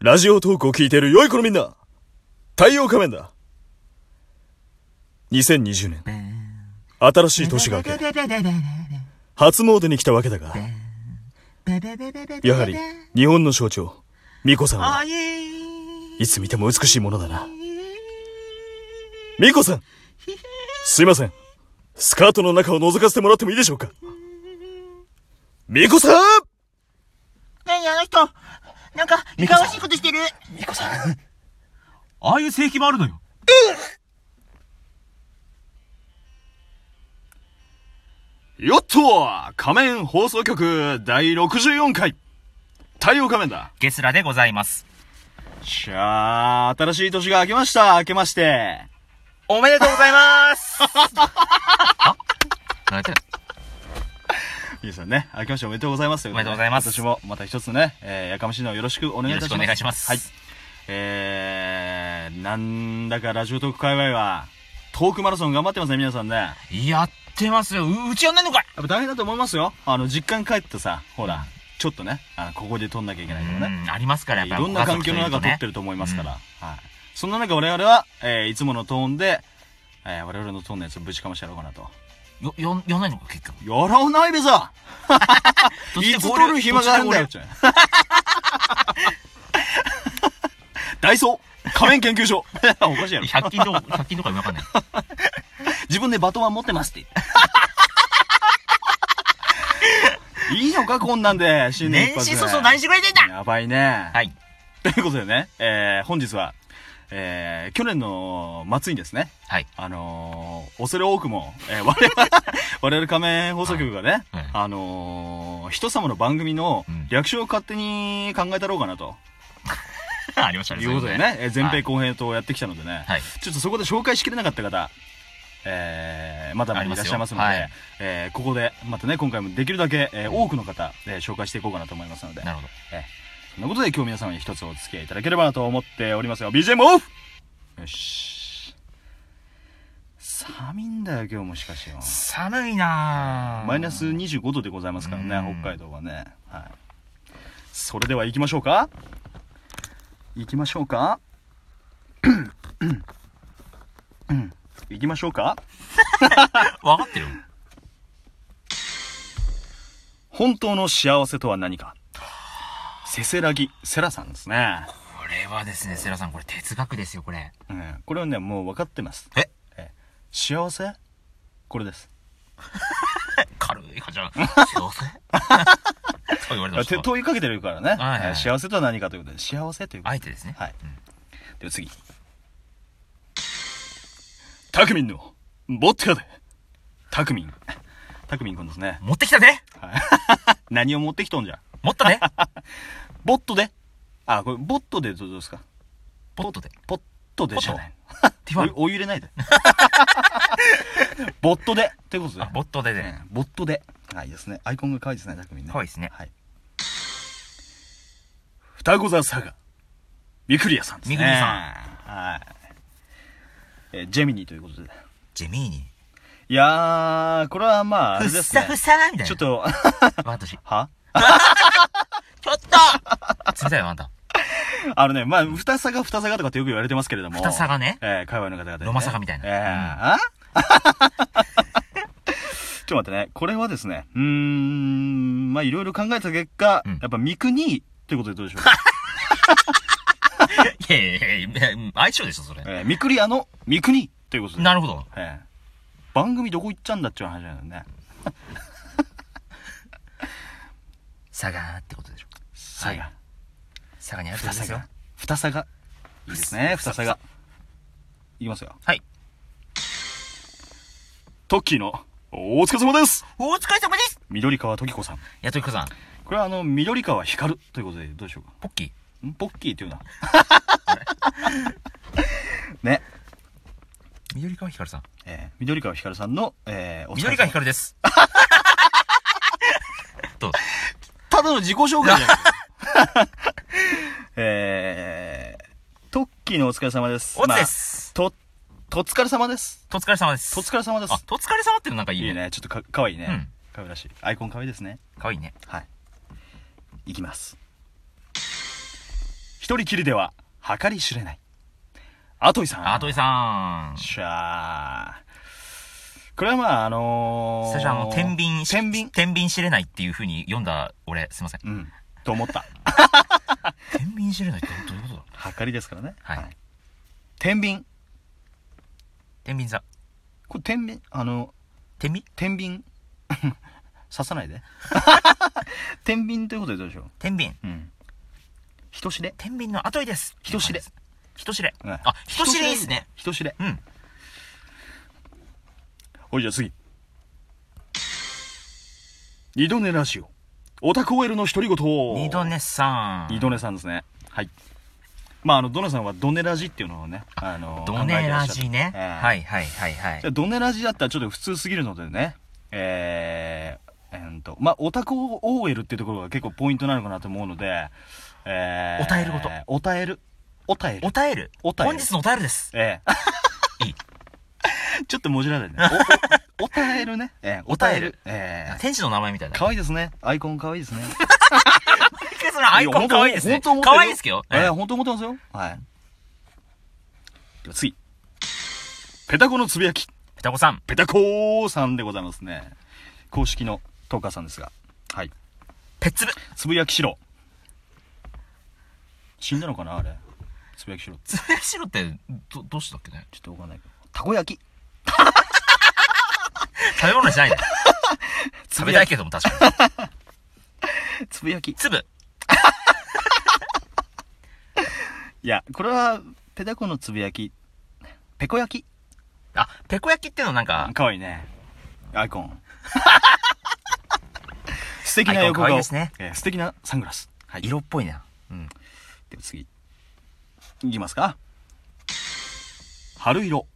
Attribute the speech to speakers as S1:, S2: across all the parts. S1: ラジオトークを聞いている良い子のみんな太陽仮面だ !2020 年、新しい年が明け、初詣に来たわけだが、やはり日本の象徴、巫女さんは、いつ見ても美しいものだな。巫女さんすいません。スカートの中を覗かせてもらってもいいでしょうか巫女さん
S2: 何あの人なんか、いかがわしいことしてる
S3: ああいう性癖もあるのよ。
S1: よっと仮面放送局第64回太陽仮面だ
S3: ゲスラでございます。
S1: しゃあ、新しい年が明けました。明けまして。
S2: おめでとうござ います
S3: 何やってん
S1: 皆さんね、明けましておめでとうございます。お
S3: めでとうございます
S1: 私もまた一つね、えー、やかましいのをよろしくお願いいたします。
S3: よろしくお願いします
S1: はい。えー、なんだかラジオトーク界隈は、トークマラソン頑張ってますね、皆さんね。や
S3: やってますよ。う、うちやんないのかい
S1: っぱ大変だと思いますよ。あの、実家に帰ってさ、ほら、ちょっとね、あのここで撮んなきゃいけないからね。
S3: うん、ありますから、やっ
S1: い
S3: ぱ
S1: ろんな環境の中撮って
S3: る。
S1: ると思いますから。はい。そんな中我々は、えーいつものトーンで、えー我々のトーンのやつをぶちかましてやろうかなと。
S3: よ、よ、やんないのか、結局。
S1: やらないべさ
S3: そ
S1: い
S3: して
S1: つ
S3: 合
S1: 撮
S3: 流
S1: る暇がある んだよ。ダイソー仮面研究所おかしいやろ。
S3: 100均と、100均とかわかんない。
S1: 自分でバトンは持ってますって言っていいのかこんなんで、新年一
S2: 年
S1: 発
S2: 始
S1: で。
S2: 早々何してくれてんだ
S1: やばいね。
S3: はい。
S1: ということでね、えー、本日は、えー、去年の末にですね、
S3: はい。
S1: あのー、恐れ多くも、えー、 我々、我々仮面放送局がね、
S3: はいはい
S1: あのー、人様の番組の
S3: うん
S1: 略称を勝手に考えたろうかなと、
S3: ありましたね。
S1: いうことで
S3: そう
S1: ね、えー前編後編とやってきたのでね、
S3: はい。
S1: ちょっとそこで紹介しきれなかった方、えー、まだまだいらっしゃいますので、
S3: ありますよはい
S1: えー、ここで、またね、今回もできるだけ、えー多くの方、えー紹介していこうかなと思いますので、
S3: なるほど。
S1: そんなことで今日皆様に一つお付き合いいただければなと思っておりますよ。BGM オフよし。寒いんだよ、今日もしかしよ。
S3: 寒いなぁ。
S1: マイナス25度でございますから
S3: う
S1: ね
S3: ん、
S1: 北海道はね。はい。それでは行きましょうか行きましょうかうん行きましょうか
S3: わかってる
S1: 本当の幸せとは何かせせらぎ、セラさんですね。
S3: これはですね、セラさん、これ哲学ですよ、これ。
S1: うん、これはね、もう分かってます。
S3: え
S1: 幸せこれです。
S3: 軽い感じゃん。幸せそう言われて
S1: 手
S3: ました。
S1: 問いかけてるからね、
S3: はいはい
S1: えー幸せとは何かということで幸せということ
S3: あ
S1: で,、
S3: えてですね。
S1: はい
S3: うん
S1: では次タクミンのボッテガでタクミンタクミン君ですね
S3: 持ってきたね
S1: 何を持ってきとんじゃ
S3: 持ったね
S1: ボットであこれボットでどうですか
S3: ポットで。っ
S1: ポットでじゃない
S3: て言わん
S1: おお湯入れ ないでボットでということで
S3: あ、ボットでで。
S1: うんボットであいいですねアイコンが可愛いですねタクミンね
S3: 可愛いですね
S1: はい双子座サガミクリアさんですね
S3: ミクリアさん
S1: はいえージェミニーということで
S3: ジェミーニ
S1: いやーこれは まああ
S3: ー。ふ
S1: れ
S3: っ
S1: です
S3: さ
S1: ね
S3: ふさーみたいな。
S1: ちょっ。と
S3: 私。
S1: は
S2: ちょっと
S3: 冷たいよ、あんた。
S1: あのねまあ双サガ双サガとかってよく言われてますけれども
S3: 二差がね。
S1: えー、界隈の方々、ね、
S3: ロマサガみたいな
S1: えーあ ちょっと待ってね。これはですね、うーん、まあ、いろいろ考えた結果、
S3: うん
S1: やっぱ、ミクニーということでどうでしょうか。
S3: いやいやいやいや、相性でしょ、それ。
S1: えー、ミクリアのミクニーということで。
S3: なるほど。
S1: えー番組どこ行っちゃうんだっちゅう話なんだよね。
S3: 差がーってことでしょ。
S1: サガ。
S3: 差がにあるって
S1: ふた
S3: ことで
S1: さ
S3: すよ
S1: が。。ふたさが。いいですね、ふたさが。いきますよ。
S3: はい。
S1: トッキーの、お疲れ様です
S2: お疲れ様です
S1: 緑川時子さん。
S3: やっときこさん、
S1: これはあの、緑川光るということでどうでしょうか。
S3: ポッキー。
S1: んポッキーっていうな。 ね。
S3: 緑川ひかるさん。
S1: えー、緑川光さんの、えー、お疲れ様
S3: 緑川ひかるです。 どうぞ
S1: ただの自己紹介じゃないえー、トッキーのお疲れ様です。
S3: おつです。
S1: まあと、とつかれ様です。
S3: とお疲れ様です。
S1: とつかれ様で
S3: あ
S1: す、。
S3: とお疲れ様っていうのなんかいい
S1: いい
S3: ね。
S1: ね。ちょっとか、かわいいね。
S3: うん
S1: かわいらしい。アイコンかわいいですね。
S3: かわいいね。
S1: はい。いきます。一一人きりでは計り知れない。アトイさん。
S3: あといさん。
S1: しゃあ。これはまあ、あのー、
S3: 最初あの、天秤し、
S1: 天秤
S3: 天秤知れないっていう風に読んだ俺、すいません。
S1: うん。と思っ た。
S3: 天秤知れないってどういうことだ
S1: はかりですからね。
S3: はい
S1: 天秤。
S3: 天秤座。
S1: これ天秤、あの、
S3: 天秤
S1: 天秤。 刺さない で。天秤ということでどうでしょう
S3: 天秤。
S1: うん。人知れ。
S3: 天秤の後いです。
S1: 人知れ。
S3: 人知れ。
S1: うん
S3: あ、人知れいいっすね。。
S1: 人知れ。
S3: うん。
S1: ほいじゃあ次。二度寝ラジオ。オタク OL の独り言を。
S3: 二度。寝さん。
S1: 二度寝さんですね。はい。まあ、あの、ドネさんはドネラジっていうのをね、あの、。
S3: ドネラジね。はいいはいはいは
S1: じゃ
S3: い。
S1: あドネラジだったらちょっと普通すぎるのでね、えー、えーんと、まあ、オタク OL っていうところが結構ポイントなのかなと思うので、えー、
S3: おたえること。
S1: おたえる。おたえる
S3: お。たえる。
S1: お便り
S3: 本日のおたえるです。
S1: ええ。
S3: いい
S1: ちょっともじらないね。お、お、おたえるね。ええ、おたえる。ええ。
S3: 天使の名前みたいな。
S1: かわいいですね。アイコンかわいいですね。
S3: そのアイコンかわいいですね。
S1: 本当
S3: かわいいですけど。
S1: ええ、
S3: え
S1: 本当思ってますよ。はい。では次。ペタコのつぶやき。
S3: ペタコさん。
S1: ペタコーさんでございますね。公式のトーカーさんですが。はい。
S3: ペッツブ。
S1: つぶやきしろ。死んだのかなあれ。つぶやきしろ。
S3: つぶやきしろって、ど、どうしたっけね。
S1: ちょっとわかんないけど。たこ焼き。
S3: 食べ物じゃ ないね。食べたいけども確かに。
S1: つぶやき。い
S3: つぶ。
S1: や、これは、ペタコのつぶやき。ペコ焼き。
S3: あ、ペコ焼きってのなんか、
S1: かわいいね。アイコ ン。素敵
S3: ア
S1: な
S3: イコン
S1: 横
S3: 可愛い
S1: 顔。
S3: ですね
S1: えー素敵なサングラス。はい。
S3: 色っぽいな。うん。
S1: では次。いきますか。春色。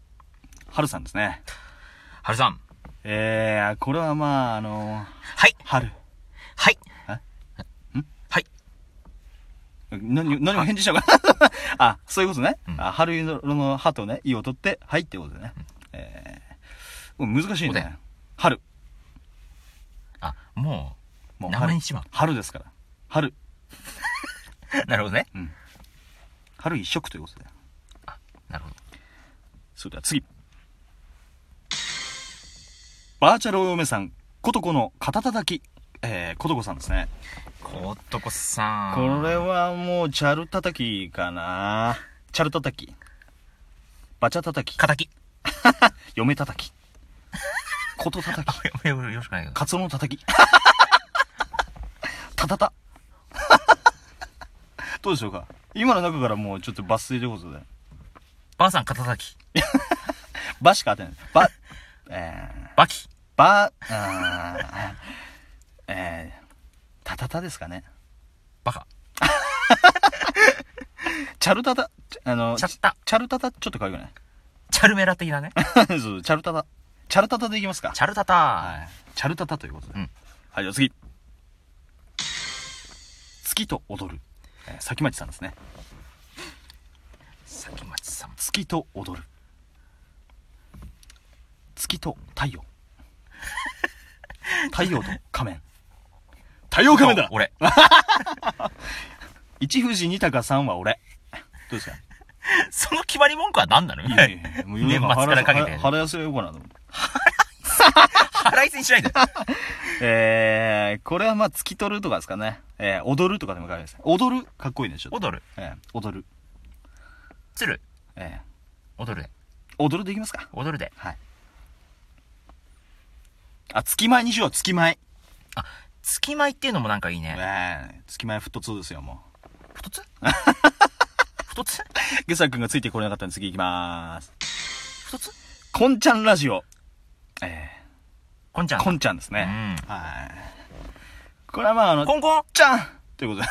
S1: 春さんですね。
S3: はるさん。
S1: えー、これはまあ、あのー
S3: はい。
S1: 春。
S3: はい。
S1: 何、何も返事しちゃうかな あ、そういうことね。
S3: うん
S1: あ春色の歯とね、意を取って、はいってことでね。えー、もう難しい
S3: おでん
S1: ね。春。
S3: あ、も
S1: もう
S3: 名前にしまう
S1: 春ですから。春。
S3: う。なるほどね。
S1: 春一色ということで。
S3: なるほど。
S1: それでは次。バーチャルお嫁さん、ことこの肩叩き。えー、ことこさんですね。
S3: コットコさん。
S1: これはもう、チャル叩きかなチャル叩き。バチャ叩き。
S3: 敵。
S1: 嫁叩き。こと叩き。
S3: よよよろしくないけど。
S1: カツオの叩 き。たたた。どうでしょうか今の中からもうちょっと抜粋ということで。
S3: ばあさん、肩叩き。
S1: バしか当てない。バ、えー、
S3: バキ。
S1: ば、あーえー、たたたですかね。
S3: バカ。
S1: チャルタタ、ちあの、
S3: チャッタ
S1: チャルタタ、ちょっと可愛くない
S3: チャルメラ的なね。
S1: そう、チャルタタ。チャルタタでいきますか。
S3: チャルタタ。
S1: はい。チャルタタということで。
S3: うん
S1: はい、じゃあ次。月と踊る。えー、先町さんですね。
S3: さきまちさん。
S1: 月と踊る。月と太 陽。太陽と仮面。太陽仮面だ
S3: 俺。
S1: 一富士二鷹三は俺。どうですか
S3: その決まり文句は何なの
S1: いやいやいやもう世の中
S3: 年末からかけて
S1: 腹腹痩せようかなと思って。
S3: 腹いせにしないで。
S1: えー、これはまあ、突き取るとかですかね。えー、踊るとかでもかいいですね。踊るかっこいいね、ちょっと。
S3: 踊る。
S1: えー、踊る。
S3: 鶴。
S1: え
S3: 踊る
S1: ー、
S3: で。
S1: 踊るでいきますか。
S3: 踊るで。
S1: はい。あ、月前にしよう、月前。
S3: あ、月舞っていうのもなんかいいね。
S1: えー、月前フット2ですよ、もう。
S3: 太 つ太つ
S1: ゲサ君がついてこれなかったんで次行きまーす。
S3: 太つ
S1: こんちゃんラジオ。え
S3: こんちゃん。
S1: ー、こんちゃんです
S3: う
S1: ね。
S3: ん。
S1: はい。これはまあ、あの、こ
S3: こ
S1: ん
S3: んこん
S1: ちゃんということ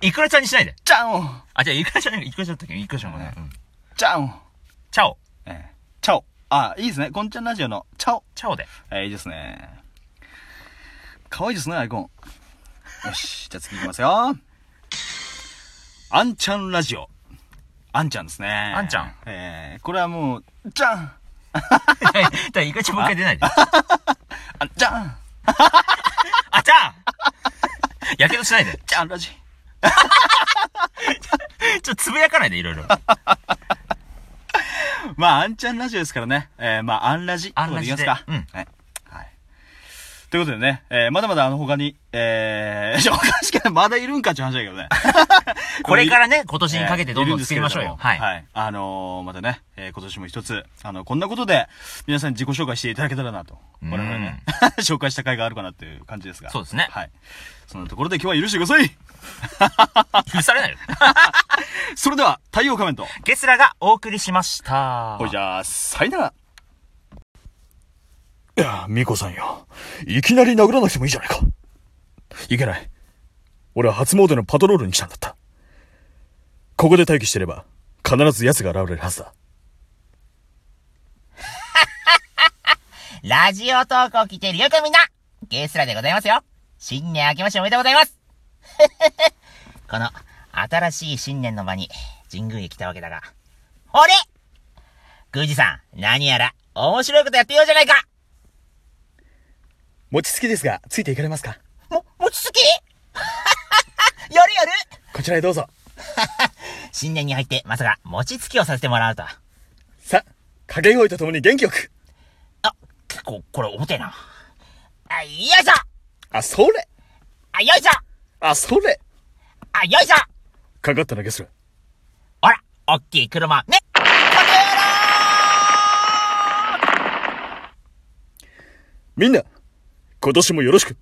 S1: で、
S3: いくらちゃんにしないで。
S1: ちゃんを、
S3: あ、じゃあ、いくらちゃん、いくらちゃんだったっけいくらちゃんかね。うん。
S1: ちゃんを。
S3: チャオ。
S1: えー、チャオ。あ、いいですね。こんちゃんラジオの、チャオ。
S3: チャオ で。
S1: えー、いいですね。可愛いですね、アイコン。よし、じゃあ次いきますよ。あんちゃんラジオ。あんちゃんですね。あ
S3: んちゃん。
S1: えー、これはもう、じゃん
S3: だからイカちゃんもう一回出ないで。あ、
S1: あん、じゃん
S3: ちゃんやけどしないで。
S1: じゃんラジ。
S3: ちょっとつぶやかないで、いろいろ。
S1: まあ、アンちゃんラジオですからね。えー、まあ、アンラジ。
S3: アンラジ
S1: と
S3: で
S1: いうことでいきますか。はい。はい。ということでね、えー、まだまだあの他に、えー、お かしくないまだいるんかっていう話だけど ね。
S3: これからね、今年にかけてどんどん作りましょうよ。
S1: は。
S3: はいい。
S1: はい。あのー、またね、えー今年も一つ、あの、こんなことで、皆さんに自己紹介していただけたらなと。
S3: うん
S1: 我々ね、 紹介した回があるかなっていう感じですが。
S3: そうですね
S1: はい。そんなところで今日は許してください
S3: 許されないよ。
S1: それでは、太陽仮面と、
S3: ゲスラがお送りしました。
S1: ほいじゃあ、さよならいや、ミコさんよ。いきなり殴らなくてもいいじゃないか。いけない。俺は初詣のパトロールに来たんだった。ここで待機してれば、必ず奴が現れるはずだ。
S2: ラジオ投稿来てるよくみんなゲスラでございますよ新年明けましておめでとうございますこの新しい新年の場に神宮へ来たわけだが、あれ宮司さん、何やら面白いことやってようじゃないか
S1: 餅つきですが、ついていかれますか
S2: も、餅つき やるやる
S1: こちらへどうぞ。
S2: 新年に入ってまさか餅つきをさせてもらうとは。
S1: さ、掛け声とともに元気よく。
S2: あ、結構これ重てえな。あ、よいしょ
S1: あ、それ
S2: あ、よいしょ
S1: あ、それ
S2: あ、よいしょ
S1: かかったな、ゲスラ。
S2: あら、おっきい車、ねこの
S1: みんな、今年もよろしく。